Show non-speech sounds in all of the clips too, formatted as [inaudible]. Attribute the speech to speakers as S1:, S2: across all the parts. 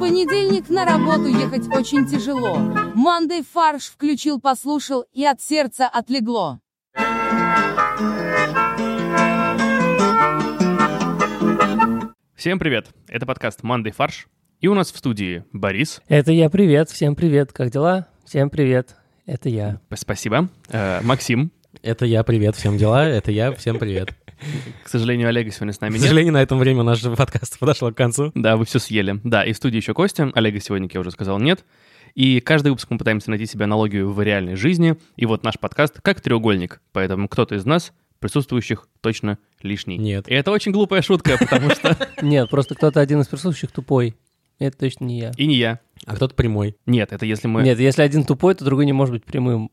S1: понедельник на работу ехать очень тяжело. Мандей фарш включил, послушал, и от сердца отлегло.
S2: Всем привет! Это подкаст «Мандай фарш». И у нас в студии Борис.
S3: Это я, привет, всем привет, как дела? Всем привет, это я.
S2: П- Спасибо. Э, Максим.
S4: Это я, привет, всем дела, это я, всем [laughs] привет.
S2: К сожалению, Олега сегодня с
S4: К
S2: нами нет.
S4: сожалению, на этом время наш подкаст [laughs] подошло к концу.
S2: Да, вы все съели. Да, и в студии еще Костя. Олега сегодня, как я уже сказал, нет. И каждый выпуск мы пытаемся найти себе аналогию в реальной жизни. И вот наш подкаст как треугольник. Поэтому кто-то из нас, присутствующих, точно лишний.
S4: Нет.
S2: И это очень глупая шутка, потому что...
S4: [laughs]
S3: Нет, просто кто-то один из присутствующих тупой. Это точно не я.
S2: И не я.
S4: А кто-то прямой.
S2: Нет, это если мы...
S3: Нет, если один тупой, то другой не может быть прямым.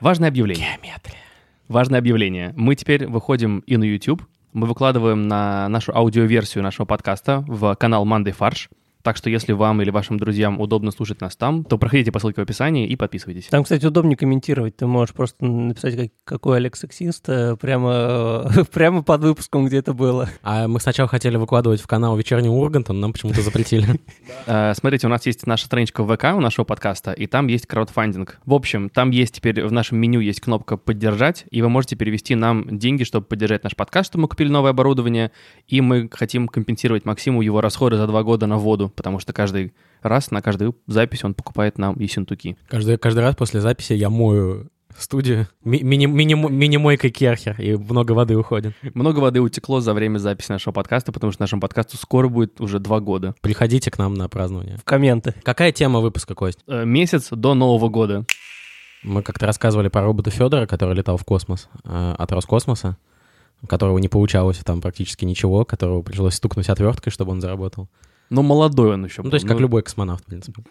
S2: Важное объявление. Важное объявление. Мы теперь выходим и на YouTube. Мы выкладываем на нашу аудиоверсию нашего подкаста в канал Мандай Фарш. Так что если вам или вашим друзьям удобно слушать нас там, то проходите по ссылке в описании и подписывайтесь.
S3: Там, кстати, удобнее комментировать. Ты можешь просто написать, как- какой Олег сексист, э, прямо, э, [laughs] прямо под выпуском, где это было.
S4: А мы сначала хотели выкладывать в канал «Вечерний Ургант», но нам почему-то запретили.
S2: Э, Смотрите, у нас есть наша страничка в ВК у нашего подкаста, и там есть краудфандинг. В общем, там есть теперь в нашем меню есть кнопка «Поддержать», и вы можете перевести нам деньги, чтобы поддержать наш подкаст, чтобы мы купили новое оборудование, и мы хотим компенсировать Максиму его расходы за два года на воду, потому что каждый раз на каждую запись он покупает нам ессентуки.
S4: [laughs] Каждый, каждый раз после записи я мою студию Ми- мини- мини- мини-мойкой Керхер, и много воды уходит.
S2: Много воды утекло за время записи нашего подкаста, потому что нашему подкасту скоро будет уже два года.
S4: Приходите к нам на празднование.
S3: В комменты.
S4: Какая тема выпуска, Кость?
S2: Э, Месяц до Нового года.
S4: Мы как-то рассказывали про робота Федора, который летал в космос э, от Роскосмоса, у которого не получалось там практически ничего, которого пришлось стукнуть отверткой, чтобы он заработал.
S2: Но молодой он еще
S4: Ну,
S2: был,
S4: то есть как любой космонавт, в принципе.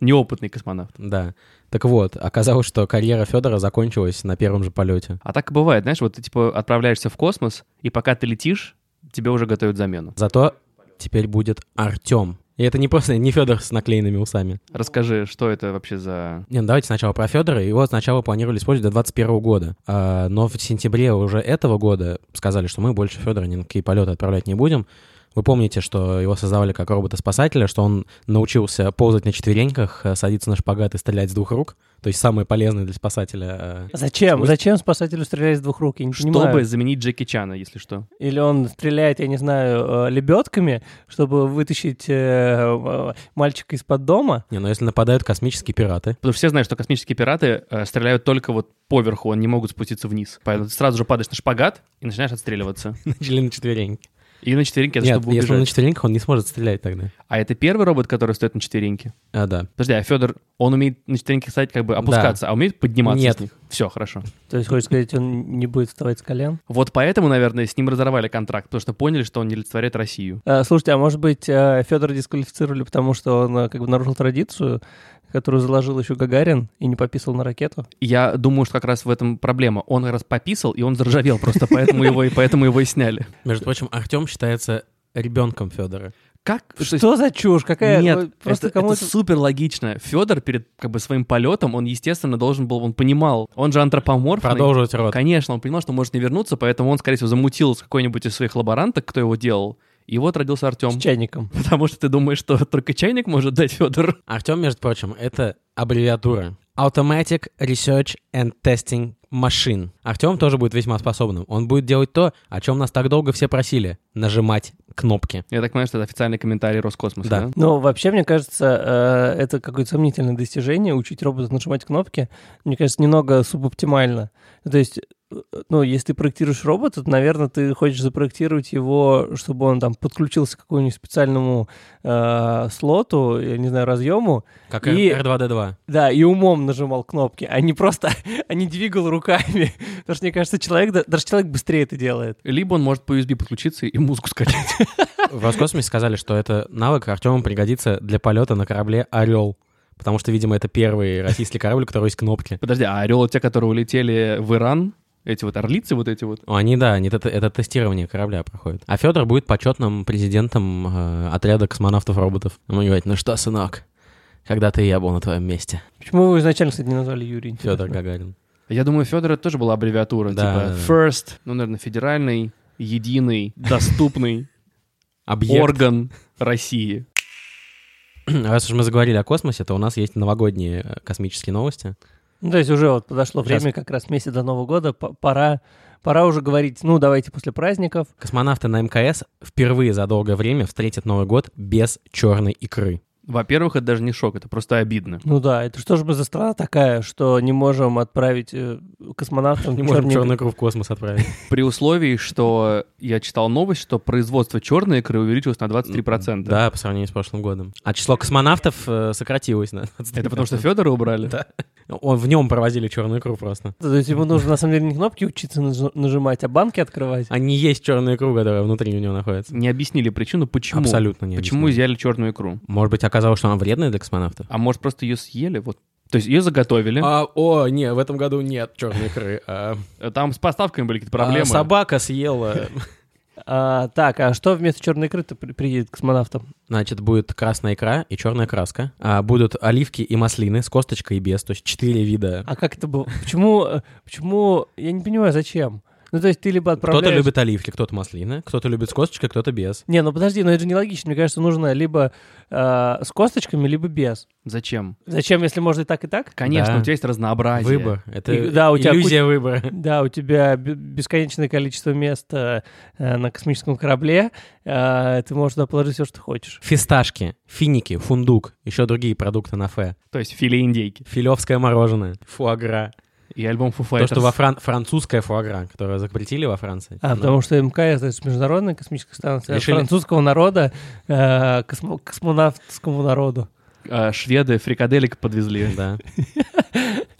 S2: неопытный космонавт.
S4: Да. Так вот, оказалось, что карьера Федора закончилась на первом же полете.
S2: А так и бывает, знаешь, вот ты типа отправляешься в космос, и пока ты летишь, тебе уже готовят замену.
S4: Зато теперь будет Артем. И это не просто не Федор с наклеенными усами.
S2: Расскажи, что это вообще за...
S4: Не, ну давайте сначала про Федора. Его сначала планировали использовать до 2021 года. А, но в сентябре уже этого года сказали, что мы больше Федора ни на какие полеты отправлять не будем. Вы помните, что его создавали как робота-спасателя, что он научился ползать на четвереньках, э, садиться на шпагат и стрелять с двух рук. То есть самое полезное для спасателя. э,
S3: Зачем?
S4: Слушай.
S3: Зачем спасателю стрелять с двух рук? Я не
S2: Чтобы
S3: понимаю.
S2: заменить Джеки Чана, если что.
S3: Или он стреляет, я не знаю, э, лебедками, чтобы вытащить э, э, мальчика из-под дома.
S4: Не, но если нападают космические пираты, [laughs]
S2: Потому что все знают, что космические пираты э, стреляют только вот поверху, они не могут спуститься вниз. Поэтому ты сразу же падаешь на шпагат и начинаешь
S4: [laughs]
S2: отстреливаться.
S4: начали на четвереньки.
S2: И на четвереньке это
S4: Нет,
S2: чтобы
S4: если он на
S2: убежать.
S4: четвереньках, он не сможет стрелять тогда.
S2: А это первый робот, который стоит на четвереньке.
S4: А, да.
S2: Подожди, а Федор, он умеет на четвереньке стать как бы опускаться, а умеет подниматься
S4: Нет.
S2: с них? Все, хорошо.
S3: То есть, хочешь сказать, он не будет вставать с колен?
S2: Вот поэтому, наверное, с ним разорвали контракт, потому что поняли, что он не олицетворяет Россию.
S3: Э, Слушайте, а может быть, Федора дисквалифицировали, потому что он э, как бы нарушил традицию, которую заложил еще Гагарин и не пописал на ракету?
S2: Я думаю, что как раз в этом проблема. Он как раз пописал, и он заржавел просто, поэтому его и поэтому его и сняли.
S4: Между прочим, Артем считается ребенком Федора.
S2: Как? То есть-
S3: Что за чушь? Какая?
S2: Нет,
S3: Ой, просто
S2: это,
S3: кому
S2: это супер логично. Федор перед как бы своим полетом, он естественно должен был, он понимал, он же антропоморф.
S4: Продолжить рот.
S2: Конечно, он понимал, что может не вернуться, поэтому он, скорее всего, замутил с какой-нибудь из своих лаборанток, кто его делал. И вот родился
S3: с
S2: Артем.
S3: чайником?
S2: Потому что ты думаешь, что только чайник может дать Федор.
S4: Артем, между прочим, это аббревиатура. Automatic Research and Testing Machine. Артем тоже будет весьма способным. Он будет делать то, о чем нас так долго все просили. Нажимать кнопки.
S2: Я так понимаю, что это официальный комментарий Роскосмоса,
S4: Да.
S2: да?
S3: Ну, вообще, мне кажется, э, это какое-то сомнительное достижение, учить робота нажимать кнопки. Мне кажется, немного субоптимально. То есть, э, ну, если ты проектируешь робота, то, наверное, ты хочешь запроектировать его, чтобы он там подключился к какому-нибудь специальному э, слоту, я не знаю, разъему,
S4: Как
S3: И-
S4: R- R2D2.
S3: Да, и умом нажимал кнопки, а не просто, [laughs] а не двигал руками. [laughs] Потому что, мне кажется, человек, да- даже человек быстрее это делает.
S2: Либо он может по USB подключиться и музыку скачать.
S4: [laughs] В Роскосмосе сказали, что это навык Артему пригодится для полета на корабле Орел. Потому что, видимо, это первый российский корабль, у которого есть кнопки.
S2: Подожди, а орел те, которые улетели в Иран, эти вот орлицы вот эти вот,
S4: Ну, Они, да, они, это, это тестирование корабля проходит. А Федор будет почетным президентом э, отряда космонавтов-роботов. Ему говорит, ну что, сынок, когда-то и я был на твоем месте. [laughs]
S3: Почему вы изначально, кстати, не назвали Юрий?
S4: Федор Гагарин.
S2: Я думаю, Федор это тоже была аббревиатура,
S4: Да,
S2: типа
S4: да, да.
S2: first, ну, наверное, федеральный, единый, доступный
S4: [laughs] Объект.
S2: орган России.
S4: [clears throat] раз уж мы заговорили о космосе, то у нас есть новогодние э, космические новости.
S3: Ну, то есть уже вот подошло
S4: Сейчас.
S3: время, как раз месяц до Нового года, п- пора, пора уже говорить, ну, давайте после праздников.
S4: Космонавты на МКС впервые за долгое время встретят Новый год без черной икры.
S2: Во-первых, это даже не шок, это просто обидно.
S3: Ну да, это что же мы за страна такая, что не можем отправить э, космонавтов...
S4: [laughs] Не можем
S3: чёрный-
S4: черную икру в космос отправить.
S2: При условии, что я читал новость, что производство черной икры увеличилось на 23%.
S4: Да, по сравнению с прошлым годом. А число космонавтов э, сократилось на 23%.
S2: Это потому что Федора убрали?
S4: Да. Он, в нем провозили черную икру просто.
S3: То есть ему нужно, на самом деле, не кнопки учиться наж- нажимать, а банки открывать.
S4: А не есть черную икру, которая внутри у него находится.
S2: Не объяснили причину, почему.
S4: Абсолютно не
S2: Почему
S4: объяснили.
S2: изъяли черную икру?
S4: Может быть, оказалось, что она вредная для космонавтов?
S2: А может, просто ее съели? Вот. То есть ее заготовили,
S4: А, о, не, в этом году нет черной икры. а,
S2: там с поставками были какие-то проблемы.
S4: а, собака съела. [laughs]
S3: А, так, а что вместо черной крыты приедет к космонавтам?
S4: Значит, будет красная икра и черная краска. А, будут оливки и маслины с косточкой и без. То есть четыре вида.
S3: А как это было? Почему, э, почему, я не понимаю, зачем? Ну, то есть ты либо отправляешь...
S4: Кто-то любит оливки, кто-то маслины, кто-то любит с косточкой, кто-то без.
S3: Не, ну подожди, но это же нелогично. Мне кажется, нужно либо э, с косточками, либо без.
S2: Зачем?
S3: Зачем, если можно и так, и так?
S2: Конечно,
S4: Да.
S2: у тебя есть разнообразие.
S4: Выбор. Это
S3: И- да, у тебя
S4: иллюзия выбора. [laughs]
S3: Да, у тебя бе- бесконечное количество мест э, э, на космическом корабле. Э, ты можешь туда положить все, что хочешь.
S4: Фисташки, финики, фундук, еще другие продукты на фе.
S2: То есть филе индейки
S4: Филевское мороженое, фуагра.
S2: и альбом Foo
S4: То, что
S2: Fighters.
S4: во Фран... французское фуагра, которое запретили во Франции. Ну,
S3: А, потому что МКС, это же международная космическая станция
S4: Решили-
S3: а французского народа э, космо- космонавтскому народу.
S4: э,
S2: А, Шведы фрикаделик подвезли.
S4: Да.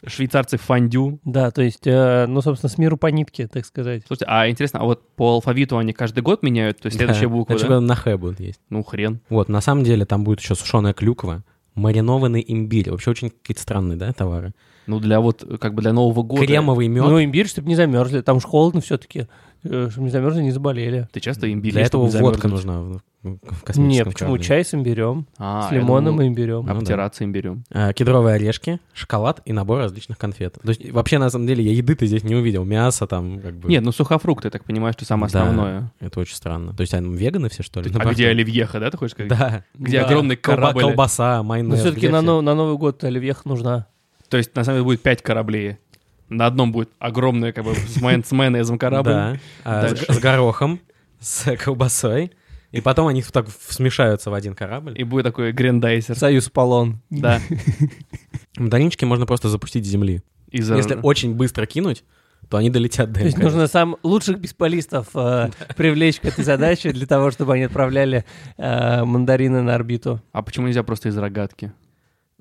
S2: Швейцарцы фондю.
S3: Да, то есть, э, ну, собственно, с миру по нитке, так сказать.
S2: Слушайте, а интересно, а вот по алфавиту они каждый год меняют? То есть [laughs] следующая
S4: Да.
S2: буква,
S4: Значит,
S2: да?
S4: на хэ будут есть.
S2: Ну, хрен.
S4: Вот, на самом деле там будет еще сушеная клюква, маринованный имбирь. Вообще очень какие-то странные, да, товары.
S2: Ну, для вот, э, как бы для Нового года.
S4: Кремовый мед.
S3: Ну, имбирь, чтобы не замерзли. Там же холодно все-таки, чтобы не замерзли, не заболели.
S2: Ты часто имбирь
S4: Для
S2: ешь,
S4: этого
S2: чтобы не
S4: водка
S2: замерзнуть?
S4: нужна в, в космическом
S3: Не, почему?
S4: корабле.
S3: Чай с имбирем,
S2: А,
S3: с
S2: я
S3: лимоном
S2: думал,
S3: и имбирем.
S4: Ну да.
S2: Обтираться имбирем.
S4: А, Кедровые орешки, шоколад и набор различных конфет. То есть, вообще, на самом деле, я еды-то здесь не увидел. Мясо там, как бы...
S2: Нет, ну сухофрукты, я так понимаю, что самое
S4: Да. Ну,
S2: основное.
S4: Это очень странно. То есть, они веганы все, что ли?
S2: А где оливьеха, да, ты хочешь сказать?
S4: Да.
S2: Где
S3: Да.
S2: огромный
S4: Колба-
S2: корабль. Ну,
S4: колбаса, майонез.
S3: Но все-таки
S4: где
S3: на,
S4: все?
S3: нов- на Новый год оливьеха нужна.
S2: То есть, на самом деле, будет пять кораблей. На одном будет огромный, как бы, с майн- с майонезом корабль.
S4: Да. А, с,
S2: Дальше.
S4: с горохом, с колбасой. И потом они так в- смешаются в один корабль.
S2: И будет такой грендайсер.
S3: Союз Полон.
S2: Да.
S4: Даринчики можно просто запустить с земли.
S2: Из
S4: Если очень быстро кинуть, то они долетят до
S3: То есть
S4: МКС.
S3: нужно сам лучших бесполистов э, привлечь к этой задаче для того, чтобы они отправляли э, мандарины на орбиту.
S2: А почему нельзя просто из рогатки?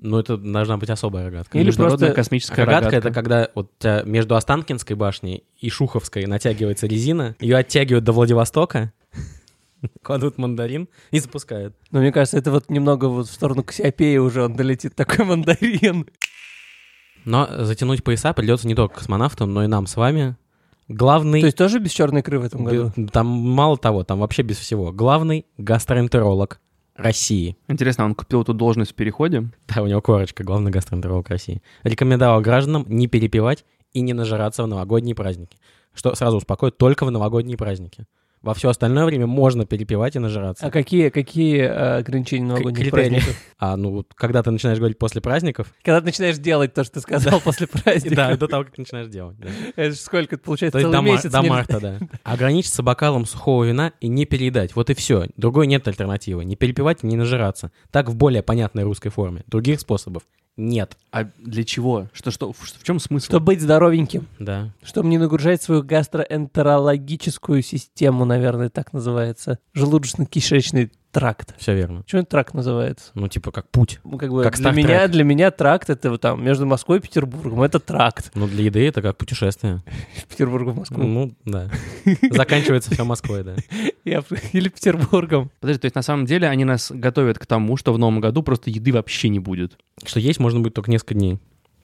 S4: Ну, это должна быть особая рогатка.
S3: Или
S2: Международная
S3: просто-
S2: космическая
S4: рогатка,
S2: рогатка.
S4: это когда вот у тебя между Останкинской башней и Шуховской натягивается резина, ее оттягивают до Владивостока, [laughs] кладут мандарин и запускают.
S3: Но мне кажется, это вот немного вот в сторону Кассиопеи уже он долетит, такой [laughs] мандарин.
S4: Но затянуть пояса придется не только космонавтам, но и нам с вами. Главный
S3: То есть тоже без черной икры в этом году?
S4: Бе- Там мало того, там вообще без всего. Главный гастроэнтеролог России.
S2: Интересно, он купил эту должность в переходе?
S4: Да, у него корочка, главный гастроэнтеролог России. Рекомендовал гражданам не перепивать и не нажираться в новогодние праздники. Что сразу успокоит, только в новогодние праздники. Во все остальное время можно перепивать и нажираться.
S3: А какие, какие э, ограничения новогодних
S4: критерии.
S3: праздников?
S4: А ну, вот когда ты начинаешь говорить после праздников,
S3: Когда ты начинаешь делать то, что ты сказал после
S4: и [laughs] да, и
S3: праздника,
S4: до того, как ты начинаешь делать. да.
S3: это же сколько, это
S4: То
S3: получается
S4: есть до,
S3: целый
S4: мар-
S3: месяц.
S4: до
S3: нельзя.
S4: марта, да. Ограничиться бокалом сухого вина и не переедать. Вот и все. Другой нет альтернативы. Не перепивать и не нажираться. Так в более понятной русской форме. Других способов нет.
S2: А для чего? Что, что, в, в чем смысл?
S3: Чтобы быть здоровеньким.
S4: Да.
S3: Чтобы не нагружать свою гастроэнтерологическую систему, наверное, так называется. Желудочно-кишечный тракт.
S4: Все верно.
S3: Почему это тракт называется?
S4: Ну, типа, как путь.
S3: Ну, как бы
S4: Как
S3: для,
S4: Star
S3: меня,
S4: Trek.
S3: для меня тракт — это вот там между Москвой и Петербургом. Это тракт. [laughs]
S4: Ну, для еды это как путешествие.
S3: Из Петербурга в Москву.
S4: Ну, да. Заканчивается все Москвой, да.
S3: Я- [laughs] Или Петербургом.
S2: Подожди, то есть на самом деле они нас готовят к тому, что в новом году просто еды вообще не будет.
S4: Что есть можно будет только несколько дней.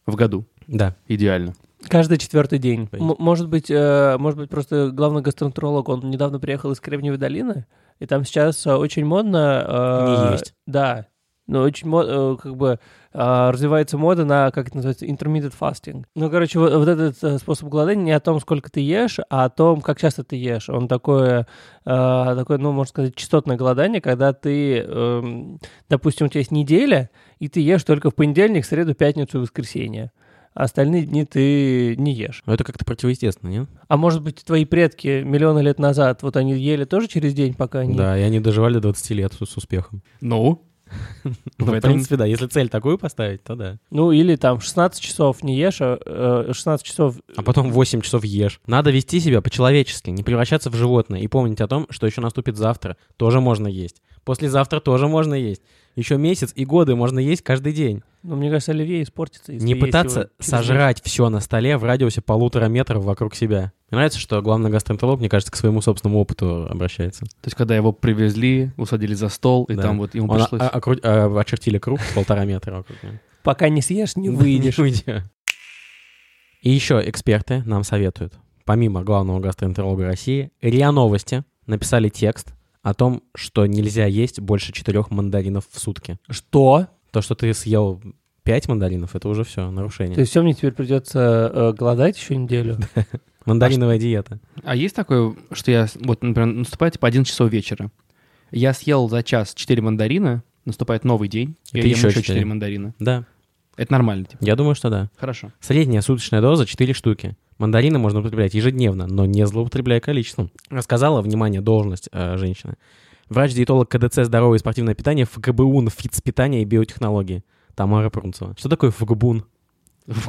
S2: В году.
S4: Да.
S2: Идеально.
S3: Каждый четвертый день.
S4: Понятно.
S3: М- может быть, э, может быть, просто главный гастроэнтеролог, он недавно приехал из Кремниевой долины, и там сейчас э, очень модно... э,
S4: Не есть.
S3: Да. но очень мо- э, как бы а, развивается мода на, как это называется, intermittent fasting. Ну, короче, вот, вот этот э, способ голодания не о том, сколько ты ешь, а о том, как часто ты ешь. Он такое, э, такое ну, можно сказать, частотное голодание, когда ты, эм, допустим, у тебя есть неделя, и ты ешь только в понедельник, среду, пятницу и воскресенье. А остальные дни ты не ешь.
S4: Но это как-то противоестественно, нет?
S3: А может быть, твои предки миллионы лет назад, вот они ели тоже через день, пока они...
S4: Да, и они доживали до 20 лет с, с успехом.
S2: Ну, [laughs]
S4: Ну,
S2: В
S4: в,
S2: этом-
S4: принципе, да. Если цель такую поставить, то да.
S3: Ну, или там 16 часов не ешь, а э, 16 часов...
S4: А потом 8 часов ешь. Надо вести себя по-человечески, не превращаться в животное и помнить о том, что еще наступит завтра. Тоже можно есть. Послезавтра тоже можно есть. Еще месяц и годы можно есть каждый день.
S3: Ну, мне кажется, оливье испортится. если
S4: не
S3: есть
S4: пытаться
S3: его через
S4: сожрать все на столе в радиусе полутора метров вокруг себя. Мне нравится, что главный гастроэнтеролог, мне кажется, к своему собственному опыту обращается.
S2: то есть когда его привезли, усадили за стол, и
S4: Да.
S2: там вот ему
S4: Он
S2: пришлось...
S4: о- о- окру- э, очертили круг в полтора метра вокруг него.
S3: день. Пока не съешь,
S4: [laughs]
S3: не выйдешь.
S4: Не выйдешь. И еще эксперты нам советуют, помимо главного гастроэнтеролога России, РИА Новости написали текст о том, что нельзя есть больше четырех мандаринов в сутки.
S3: Что?
S4: То, что ты съел пять мандаринов, это уже все, нарушение.
S3: То есть все, мне теперь придется э, голодать еще
S4: [laughs]
S3: неделю? а
S4: Мандариновая диета.
S2: А есть такое, что я, с- вот, например, наступает типа 11 часов вечера. Я съел за час 4 мандарина, наступает новый день,
S4: И
S2: я
S4: ты
S2: ем
S4: еще
S2: еще 4.
S4: четыре.
S2: мандарина.
S4: Да,
S2: Это нормально, типа.
S4: я думаю, что да.
S2: Хорошо.
S4: Средняя суточная доза 4 штуки. Мандарины можно употреблять ежедневно, но не злоупотребляя количеством. Рассказала, внимание, должность э, женщины. Врач-диетолог КДЦ «Здоровое и спортивное питание» ФГБУН «Фицпитание и биотехнологии» Тамара Прунцева. Что такое ФГБУН?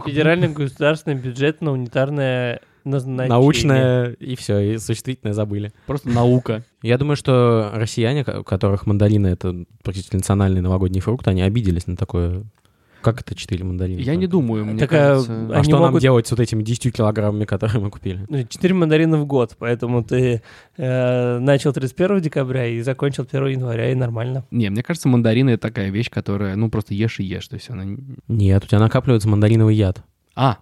S3: Федеральное государственное бюджетное унитарное назначение.
S4: Научное и все, и существительное забыли.
S2: Просто наука.
S4: Я думаю, что россияне, ко- у которых мандарины — это практически национальный новогодний фрукт, они обиделись на такое... Как это 4 мандарина?
S2: Я не думаю, мне
S3: Так, а,
S2: кажется.
S4: А
S3: Они
S4: что нам
S3: могут-
S4: делать с вот этими 10 килограммами, которые мы купили?
S3: Ну, Четыре мандарина в год, поэтому ты э, начал 31 декабря и закончил 1 января, и нормально.
S2: Не, мне кажется, мандарины — это такая вещь, которая, ну, просто ешь и ешь. То есть она... не-
S4: Нет, у тебя накапливается мандариновый яд.
S2: А,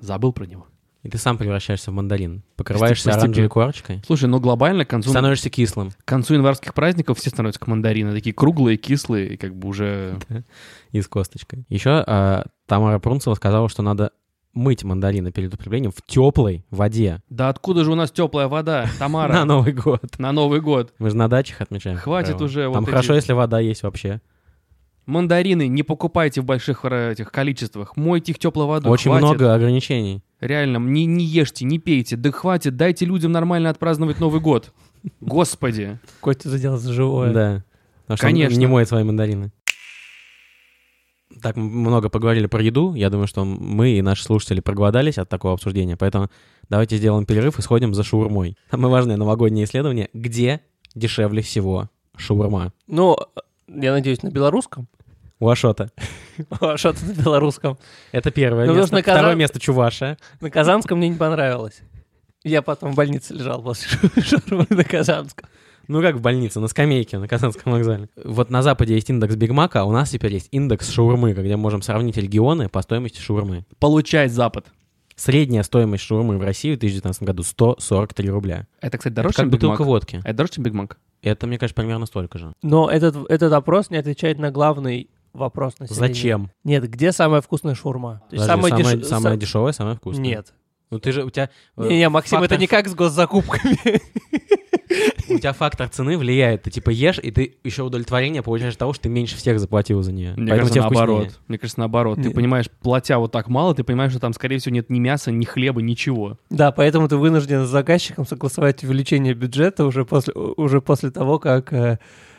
S2: забыл про него.
S4: И ты сам превращаешься в мандарин. Покрываешься
S2: Постепенно.
S4: оранжевой корочкой.
S2: Слушай, ну глобально к концу,
S4: Становишься кислым.
S2: к концу январских праздников все становятся к мандарины. Такие круглые, кислые, и как бы уже...
S4: И с косточкой. Еще а, Тамара Прунцева сказала, что надо мыть мандарины перед употреблением в теплой воде
S2: Да откуда же у нас теплая вода,
S4: на
S2: Тамара,
S4: Новый год.
S2: [laughs] на Новый год?
S4: Мы же на дачах отмечаем.
S2: Хватит
S4: правило.
S2: уже вот
S4: Там
S2: эти-
S4: хорошо, если вода есть вообще.
S2: Мандарины не покупайте в больших э, этих количествах. Мойте их теплой водой.
S4: Очень
S2: хватит.
S4: много ограничений.
S2: Реально, не, не ешьте, не пейте. Да хватит, дайте людям нормально отпраздновать Новый год. Господи.
S3: Костя задел за живое.
S4: Да. Потому что он
S2: Конечно.
S4: не моет свои мандарины. Так м- много поговорили про еду. Я думаю, что мы и наши слушатели проголодались от такого обсуждения. Поэтому давайте сделаем перерыв и сходим за шаурмой. [laughs] Самое важное новогоднее исследование. Где дешевле всего шаурма?
S3: Ну, я надеюсь, на белорусском. [laughs]
S4: У Ашота.
S3: А что ты на белорусском?
S4: Это первое
S3: Ну, потому
S4: место.
S3: что на Казан-
S4: Второе место Чуваша.
S3: На Казанском мне не понравилось. Я потом в больнице лежал после [laughs] шаурмы на Казанском.
S4: Ну как в больнице, на скамейке на Казанском вокзале. Вот на Западе есть индекс Биг Мака, а у нас теперь есть индекс шаурмы, где мы можем сравнить регионы по стоимости шаурмы.
S2: Получай Запад.
S4: Средняя стоимость шаурмы в России в 2019 году 143 рубля.
S2: Это, кстати,
S4: Это
S2: дороже,
S4: как
S2: чем Биг Мак?
S4: бутылка водки.
S2: Это дороже, чем Биг Мак?
S4: Это, мне кажется, примерно столько же.
S3: Но этот, этот опрос не отвечает на главный вопрос населения.
S4: Зачем?
S3: Нет, где самая вкусная шаурма? То есть
S4: Подожди, самая
S3: самая деш-
S4: самая
S3: сам-
S4: дешевая, самая вкусная.
S3: Нет.
S4: Ну ты же, у тебя... э,
S3: Не, не, Максим,
S4: фактор-
S3: это не как с
S4: [laughs]
S3: госзакупками.
S4: У тебя фактор цены влияет. Ты типа ешь, и ты еще удовлетворение получаешь от того, что ты меньше всех заплатил за нее.
S2: Мне кажется,
S4: тебе вкуснее.
S2: наоборот. Мне кажется, наоборот. Ты
S3: Нет.
S2: понимаешь, платя вот так мало, ты понимаешь, что там, скорее всего, нет ни мяса, ни хлеба, ничего.
S3: Да, поэтому ты вынужден с заказчиком согласовать увеличение бюджета уже после, уже после того, как э,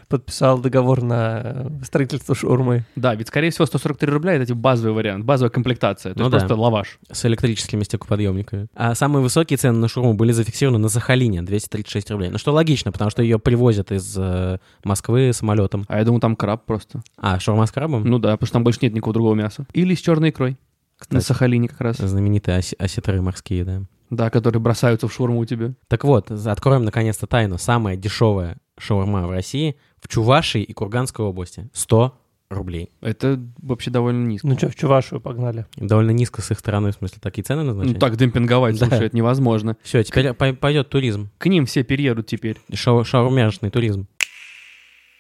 S3: подписал договор на э, строительство шаурмы.
S2: Да, ведь, скорее всего, 143 рубля — это типа базовый вариант, базовая комплектация. То
S4: Ну
S2: есть
S4: да.
S2: просто лаваш.
S4: с электрическими стеклоподъемниками. А самые высокие цены на шаурму были зафиксированы на Сахалине, 236 рублей. Ну что логично, потому что ее привозят из э, Москвы самолетом.
S2: А я думаю, там краб просто.
S4: А, шаурма с крабом?
S2: Ну да, потому что там больше нет никакого другого мяса. Или с черной икрой. На
S4: Кстати, Э.
S2: Сахалине как раз.
S4: знаменитые оси- осетры морские, да.
S2: Да, которые бросаются в шурму у тебя.
S4: Так вот, за- откроем наконец-то тайну. Самая дешевая шаурма в России в Чувашии и Курганской области. 100 рублей.
S2: Это вообще довольно низко.
S3: Ну что, в Чувашию погнали.
S4: Довольно низко с их стороны, в смысле, такие цены назначают.
S2: Ну так демпинговать,
S4: Да.
S2: слушай, это невозможно.
S4: Все, теперь пой- пойдет туризм.
S2: К ним все переедут теперь.
S4: Шау- шаурмяшный туризм.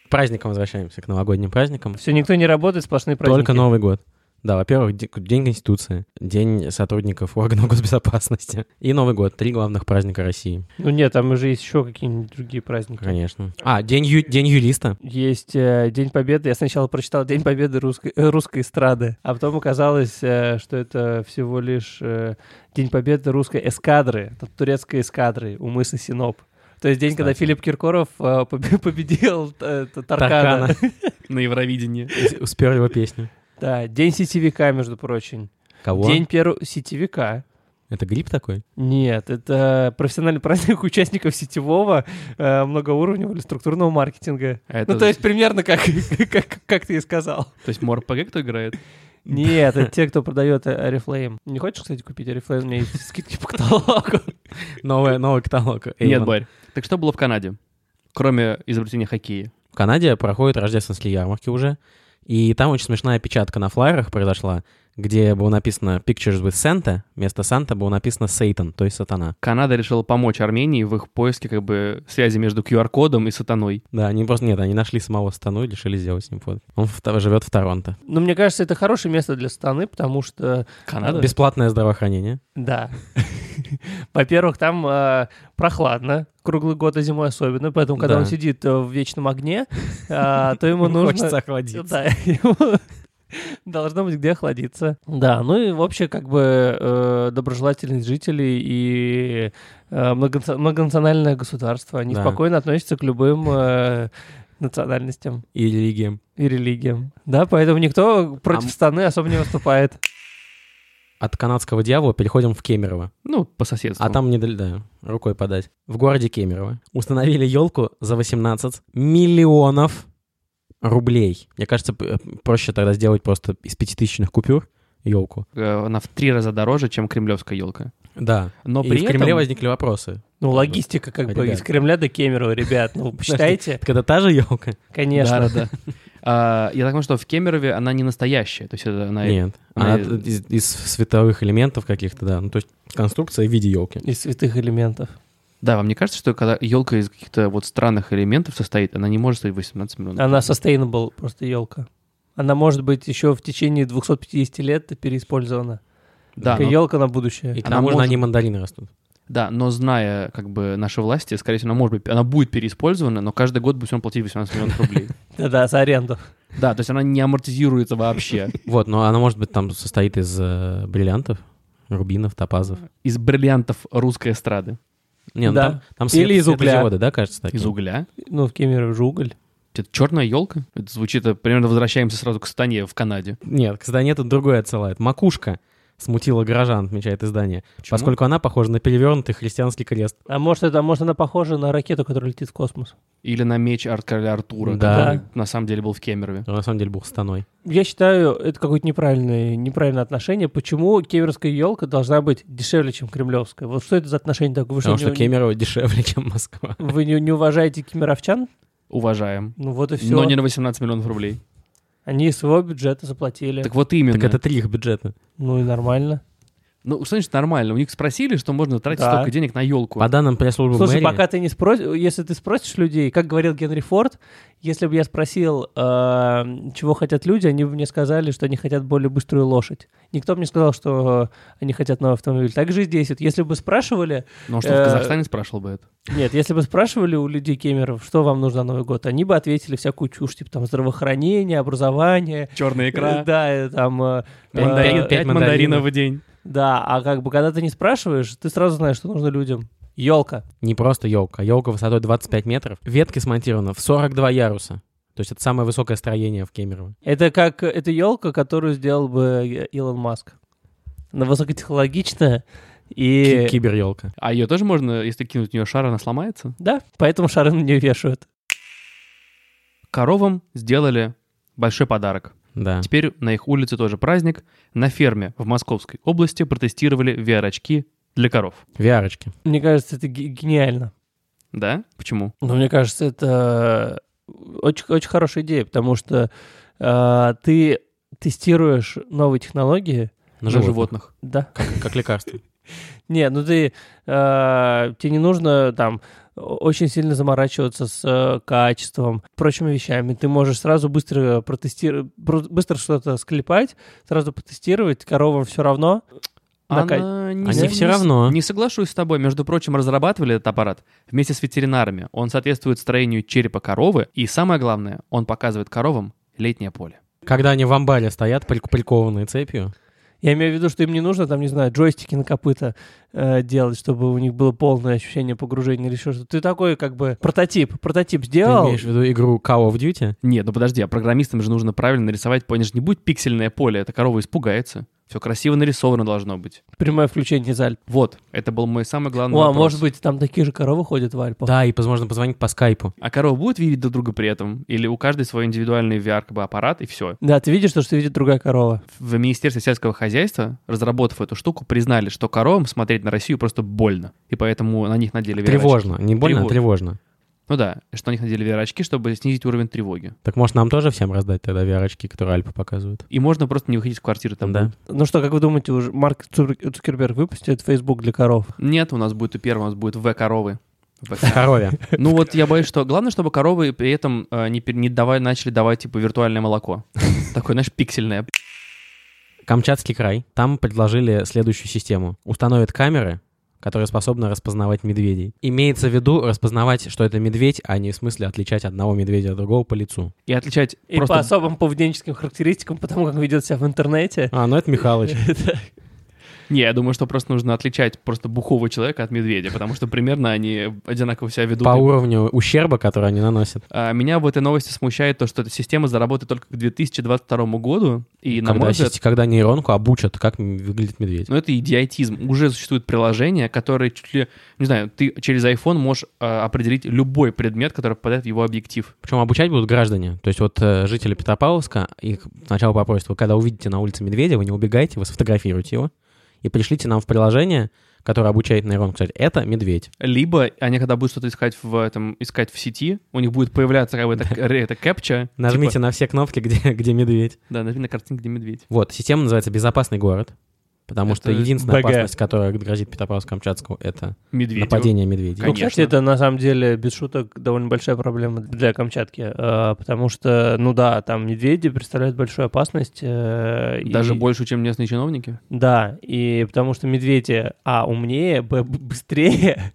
S4: праздникам возвращаемся, к новогодним праздникам.
S3: Все, никто не работает, сплошные праздники.
S4: Только Новый год. Да, во-первых, ди- День Конституции, День сотрудников органов госбезопасности и Новый год. Три главных праздника России,
S3: Ну нет, там уже есть еще какие-нибудь другие праздники.
S4: конечно. А, День, ю- день юриста.
S3: Есть э, День Победы. Я сначала прочитал День Победы русской, э, русской эстрады, а потом оказалось, э, что это всего лишь э, День Победы русской эскадры, т- турецкой эскадры у мыса Синоп. То есть день, когда
S4: Кстати.
S3: Филипп Киркоров э, побе- [laughs] победил э, т- Таркана.
S4: Таркана.
S2: на Евровидении.
S4: И Спер его песню.
S3: Да, день сетевика, между прочим.
S4: Кого?
S3: День первого сетевика.
S4: Это грипп такой?
S3: Нет, это профессиональный праздник [laughs] участников сетевого, э, многоуровневого или структурного маркетинга.
S2: А это
S3: ну, то есть примерно как, [laughs] как, как ты и сказал.
S2: То есть Мор ПГ кто играет?
S3: Нет, это те, кто продает Арифлейм. Не хочешь, кстати, купить Арифлейм? У меня есть скидки по каталогу.
S4: Новый, новый каталог.
S2: Нет,
S4: Avon.
S2: Барь. Так что было в Канаде? Кроме изобретения хоккея.
S4: В Канаде проходят рождественские ярмарки уже, и там очень смешная печатка на флайерах произошла, где было написано «Pictures with Santa», вместо «Санта» было написано «Satan», то есть «Сатана».
S2: Канада решила помочь Армении в их поиске как бы связи между QR-кодом и сатаной.
S4: Да, они просто, нет, они нашли самого Сатану и решили сделать с ним фото. Он в Тор- живет в Торонто.
S3: Но Ну, мне кажется, это хорошее место для страны, потому что,
S2: Канада?
S4: Бесплатное здравоохранение.
S3: да, во-первых, там э, прохладно, круглый год, а зимой особенно, поэтому, когда
S4: Да.
S3: он сидит э, в вечном огне, э, то [laughs] ему нужно...
S4: Хочется охладиться.
S3: Да, [laughs] ему должно быть где охладиться. Да, ну и вообще как бы э, доброжелательность жителей и э, многонац- многонациональное государство, они
S4: Да.
S3: спокойно относятся к любым э, национальностям
S4: И религиям.
S3: и религиям. Да, поэтому никто против
S4: Ам.
S3: страны особо не выступает.
S4: От канадского дьявола переходим в Кемерово.
S2: Ну, по соседству.
S4: А там не дал- да, рукой подать. В городе Кемерово установили елку за 18 миллионов рублей. Мне кажется, п- э, проще тогда сделать просто из пятитысячных купюр елку.
S2: Э, Она в три раза дороже, чем кремлевская елка.
S4: Да.
S2: Но
S4: И
S2: при
S4: в Кремле
S2: этом-
S4: возникли вопросы.
S3: Ну, логистика как бы
S4: Ребят.
S3: из Кремля до Кемерово, ребят.
S4: [laughs]
S3: Ну, посчитайте.
S4: Так это та же елка?
S3: Конечно.
S2: Да, да, да. А, Я так понимаю, что в Кемерове она не настоящая. То есть это она...
S4: Нет.
S2: она-
S4: Она из, из световых элементов каких-то, да. Ну, то есть конструкция в виде елки.
S3: Из святых элементов.
S2: Да, вам не кажется, что когда елка из каких-то вот странных элементов состоит, она не может стоить 18 миллионов?
S3: Она sustainable, просто елка. Она может быть еще в течение 250 лет переиспользована.
S2: Да,
S3: Такая
S2: но-
S3: елка на будущее.
S4: И к
S2: Она
S4: тому же на
S2: может-
S4: ней мандарины
S2: [laughs]
S4: растут.
S2: Да, но зная как бы наши власти, скорее всего, она может быть, она будет переиспользована, но каждый год будет все равно платить 18 миллионов рублей.
S3: Да-да, за аренду.
S2: Да, то есть она не амортизируется
S4: [laughs]
S2: вообще.
S4: Вот, но она, может быть, там состоит из э, бриллиантов, рубинов, топазов.
S2: Из бриллиантов русской эстрады.
S4: Не, ну
S3: Да.
S4: там, там
S3: Или из угля.
S4: светодиоды, да, кажется, такие?
S2: Из угля.
S3: Ну, в Кемерово же уголь.
S2: Это черная елка. Это звучит, э, примерно возвращаемся сразу к стане в Канаде.
S4: Нет, к зданию это другое отсылает. Макушка смутила горожан, отмечает издание,
S2: Почему?
S4: поскольку она похожа на перевернутый христианский крест.
S3: А может, это, может, она похожа на ракету, которая летит в космос?
S2: Или на меч арт короля Артура,
S4: Да.
S2: который на самом деле был в Кемерове.
S4: Но на самом деле был станой.
S3: Я считаю, это какое-то неправильное, неправильное отношение. Почему кемеровская елка должна быть дешевле, чем кремлевская? Вот что это за отношение такое? Вы
S4: Потому что
S3: не-
S4: Кемерово дешевле, [laughs] чем Москва.
S3: Вы не, не уважаете кемеровчан?
S2: Уважаем.
S3: Ну вот и все.
S2: Но не на 18 миллионов рублей.
S3: Они из своего бюджета заплатили.
S2: Так вот именно.
S4: Так это три их бюджета.
S3: Ну и нормально.
S2: Ну, что значит нормально? У них спросили, что можно тратить
S3: Да.
S2: столько денег на елку.
S4: По данным пресс-службы
S3: Слушай,
S4: мэрии-
S3: пока ты не спросишь, если ты спросишь людей, как говорил Генри Форд, если бы я спросил, э, чего хотят люди, они бы мне сказали, что они хотят более быструю лошадь. Никто бы не сказал, что э, они хотят новый автомобиль. Так же и здесь. Вот если бы спрашивали,
S2: Ну, а что в
S3: э,
S2: Казахстане спрашивал бы это?
S3: нет, если бы спрашивали у людей Кемеров, что вам нужно на Новый год, они бы ответили всякую чушь, типа там здравоохранение, образование,
S2: Черная
S3: э, да, э, там, э,
S4: Мандарин,
S3: э,
S4: пять
S2: Пять мандаринов
S4: мандаринов
S2: в день.
S3: да, а как бы когда ты не спрашиваешь, ты сразу знаешь, что нужно людям. Елка.
S4: не просто елка, а елка высотой 25 метров. Ветки смонтированы в 42 яруса. То есть это самое высокое строение в Кемерово.
S3: Это как э, это елка, которую сделал бы э, Илон Маск. Она высокотехнологичная и...
S4: Ки- Кибер-елка.
S2: А ее тоже можно, если кинуть в нее шар, она сломается?
S3: Да, поэтому шары на нее вешают.
S2: Коровам сделали большой подарок.
S4: Да.
S2: Теперь на их улице тоже праздник. На ферме в Московской области протестировали VR-очки для коров.
S4: Вярочки.
S3: Мне кажется, это ге- гениально.
S2: Да? Почему?
S3: Ну, мне кажется, это очень, очень хорошая идея, потому что э, ты тестируешь новые технологии,
S4: На
S2: На
S4: животных.
S2: животных.
S3: да?
S4: Как лекарство.
S3: Не, ну ты... э, тебе не нужно там очень сильно заморачиваться с э, качеством, прочими вещами. Ты можешь сразу быстро протестировать, быстро что-то склепать, сразу потестировать, коровам все равно. на ка-
S2: Она не-
S4: Они
S2: не-
S4: все равно.
S2: Не соглашусь с тобой. Между прочим, разрабатывали этот аппарат вместе с ветеринарами. Он соответствует строению черепа коровы. И самое главное, он показывает коровам летнее поле.
S4: Когда они в амбаре стоят, прик- прикованные цепью.
S3: Я имею в виду, что им не нужно, там, не знаю, джойстики на копыта э, делать, чтобы у них было полное ощущение погружения или еще что-то. Ты такой, как бы, прототип. Прототип
S4: Ты
S3: сделал.
S4: имеешь в виду игру Call of Duty?
S2: Нет, ну подожди, а программистам же нужно правильно нарисовать. поле. Они же не будет пиксельное поле, эта корова испугается. Все красиво нарисовано должно быть.
S3: Прямое включение из Альп.
S2: Вот, это был мой самый главный
S3: О, а
S2: вопрос.
S3: может быть, там такие же коровы ходят в Альпах?
S4: Да, и, возможно, позвонить по скайпу.
S2: А коровы будут видеть друг друга при этом? Или у каждой свой индивидуальный VR-аппарат и все?
S3: Да, ты видишь то, что видит другая корова.
S2: В Министерстве сельского хозяйства, разработав эту штуку, признали, что коровам смотреть на Россию просто больно. И поэтому на них надели VR.
S4: Тревожно. Не больно, а
S2: Тревожно.
S4: тревожно.
S2: Ну да, что на них надели VR-очки, чтобы снизить уровень тревоги.
S4: Так может нам тоже всем раздать тогда VR-очки, которые Альпы показывают?
S2: И можно просто не выходить в квартиру там.
S4: Да.
S2: будет.
S3: Ну что, как вы думаете, уже Марк Цур- Цукерберг выпустит Facebook для коров?
S2: Нет, у нас будет у первого, у нас будет
S4: [laughs]
S2: В-коровы. ВК.
S4: [laughs] Корове.
S2: Ну вот я боюсь, что главное, чтобы коровы при этом э, не, пер- не давай, начали давать типа виртуальное
S4: [laughs]
S2: молоко. Такое, знаешь, пиксельное.
S4: Камчатский край. Там предложили следующую систему. Установят камеры, которые способны распознавать медведей. Имеется в виду распознавать, что это медведь, а не в смысле отличать одного медведя от другого по лицу.
S2: И отличать
S3: И по
S2: просто...
S3: особым поведенческим характеристикам, потому как ведет себя в интернете.
S4: А, ну это Михалыч.
S2: Не, я думаю, что просто нужно отличать просто бухого человека от медведя, потому что примерно они одинаково себя ведут.
S4: [laughs] По
S2: И-
S4: уровню ущерба, который они наносят.
S2: А, Меня в этой новости смущает то, что эта система заработает только к 2022 году. И, на
S4: Когда,
S2: мой взгляд,
S4: сесть- когда нейронку обучат, как м- выглядит медведь.
S2: Ну, это идиотизм. Уже существуют приложения, которые чуть ли, не знаю, ты через iPhone можешь а, определить любой предмет, который попадает в его объектив.
S4: Причем обучать будут граждане. То есть вот э, жители Петропавловска, их сначала попросят, вы когда увидите на улице медведя, вы не убегайте, вы сфотографируете его и пришлите нам в приложение, которое обучает нейронку, кстати, это медведь.
S2: Типа Либо они, когда будут что-то искать в этом, искать в сети, у них будет появляться какая-то это э, кэпча.
S4: Нажмите
S2: типа-
S4: на все кнопки, где, где медведь.
S2: да, нажми на картинке, где медведь.
S4: Вот, система называется «Безопасный город», потому
S2: Это
S4: что единственная
S3: БГ.
S4: опасность, которая грозит Петропавловску-Камчатскому, это
S2: Медведь.
S4: нападение медведей.
S3: Ну,
S2: Конечно.
S3: кстати, это на самом деле, без шуток, довольно большая проблема для Камчатки, э, потому что, ну да, там медведи представляют большую опасность. э, и-
S2: Даже больше, чем местные чиновники.
S3: Да, и потому что медведи, а, умнее, б, б-
S2: [laughs]
S3: быстрее.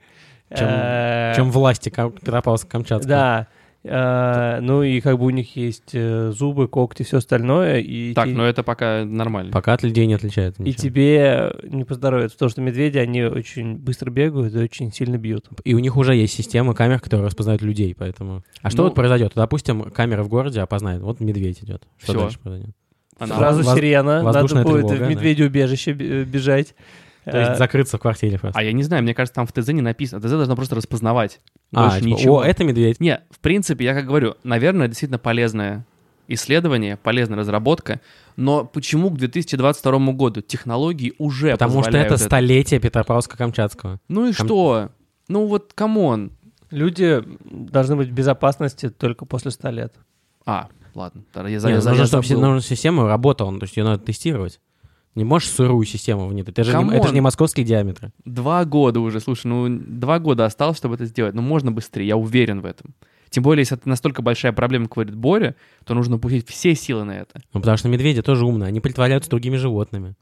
S4: Чем-
S3: э,
S4: Чем власти Кам- Петропавловска-Камчатского.
S3: Да. э, Ну и как бы у них есть э, зубы, когти, все остальное. И
S2: Так,
S3: те-
S2: но это пока нормально.
S4: Пока от людей не отличается
S3: И
S4: ничего.
S3: тебе не поздоровится, потому что медведи, они очень быстро бегают и очень сильно бьют.
S4: И у них уже есть система камер, которые распознают людей, поэтому... А что
S2: Ну-
S4: вот произойдет? Допустим, камера в городе опознает, вот медведь идет. Что
S2: Всё.
S4: дальше произойдет?
S2: Она-
S3: Сразу
S4: воз-
S3: сирена, надо
S4: воздушная
S3: будет
S4: тревога,
S3: в
S4: да.
S3: медведеубежище б- э, бежать.
S4: То есть
S3: Э,
S4: закрыться в квартире просто.
S2: А я не знаю, мне кажется, там в ТЗ не написано. ТЗ должно просто распознавать.
S4: А,
S2: Больше
S4: типа,
S2: ничего.
S4: о, это медведь.
S2: Не, в принципе, я как говорю, наверное, действительно полезное исследование, полезная разработка, но почему к 2022 году технологии уже
S4: Потому что
S2: позволяют
S4: это столетие Петропавловска-Камчатского.
S2: Ну и
S4: Кам-
S2: что? Ну вот, камон.
S3: Люди должны быть в безопасности только после 100 лет.
S2: А, ладно, тогда я, за-
S4: Не, ну
S2: я за-
S4: нужно,
S2: я
S4: чтобы си-
S2: забыл.
S4: нужно система работала, ну, то есть ее надо тестировать. Не можешь сырую систему в ней. Это же, не, это же
S2: Камон.
S4: не московские диаметры.
S2: Два года уже, слушай, ну два года осталось, чтобы это сделать. Ну можно быстрее, я уверен в этом. Тем более, если это настолько большая проблема, как говорит Боря, то нужно пустить все силы на это.
S4: Ну, потому что медведи тоже умные. Они притворяются другими животными.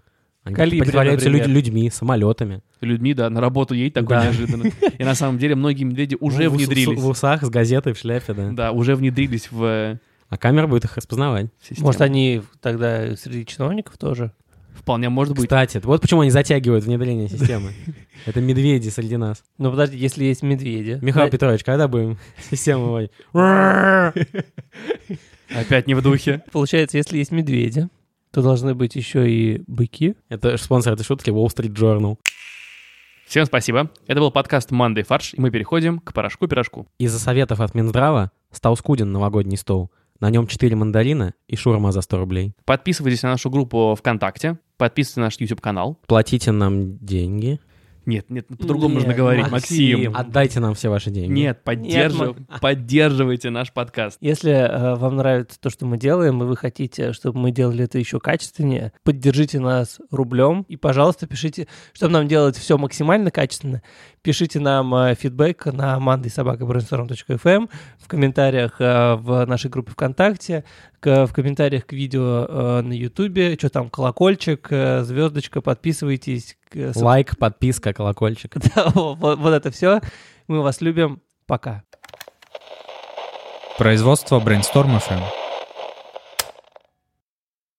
S4: Они
S3: Колибри,
S4: притворяются люд-
S3: например.
S4: людьми, самолетами.
S2: Людьми, да, на работу едет такой
S4: Да.
S2: неожиданно. И на самом деле многие медведи уже
S4: Ну, в, ус-
S2: внедрились.
S4: В усах, с газетой, в шляпе, да.
S2: Да, уже внедрились в э,
S4: А камера будет их распознавать.
S2: систему.
S3: Может, они тогда среди чиновников тоже?
S2: Вполне может быть.
S4: Кстати, вот почему они затягивают внедрение системы. Это медведи среди нас.
S3: Ну, подожди, если есть медведи...
S4: Михаил
S3: Да,
S4: Петрович, когда будем систему вводить?
S2: Опять не в духе.
S3: Получается, если есть медведи, то должны быть еще и быки.
S4: Это ж спонсор этой шутки Wall Street Journal.
S2: Всем спасибо. Это был подкаст «Мандай фарш», и мы переходим к порошку-пирожку.
S4: Из-за советов от Минздрава стал скуден новогодний стол. На нем 4 мандарина и шурма за 100 рублей.
S2: Подписывайтесь на нашу группу ВКонтакте, подписывайтесь на наш YouTube-канал.
S4: Платите нам деньги.
S2: Нет, нет, по-другому
S3: Нет,
S2: нужно говорить, Максим.
S4: Отдайте нам все ваши деньги.
S2: Нет, поддержив- поддерживайте наш подкаст.
S3: Если э, вам нравится то, что мы делаем, и вы хотите, чтобы мы делали это еще качественнее, поддержите нас рублем и, пожалуйста, пишите, чтобы нам делать все максимально качественно, пишите нам э, фидбэк на mandaysobakabrainstorm.fm эм, в комментариях э, в нашей группе ВКонтакте, к- в комментариях к видео э, на Ютубе, что там, колокольчик, э, звездочка, подписывайтесь. к- э, соб-
S4: Лайк, подписка, колокольчик.
S3: Да, [laughs] вот вот это все. Мы вас любим. Пока.
S5: Производство Brainstorm FM.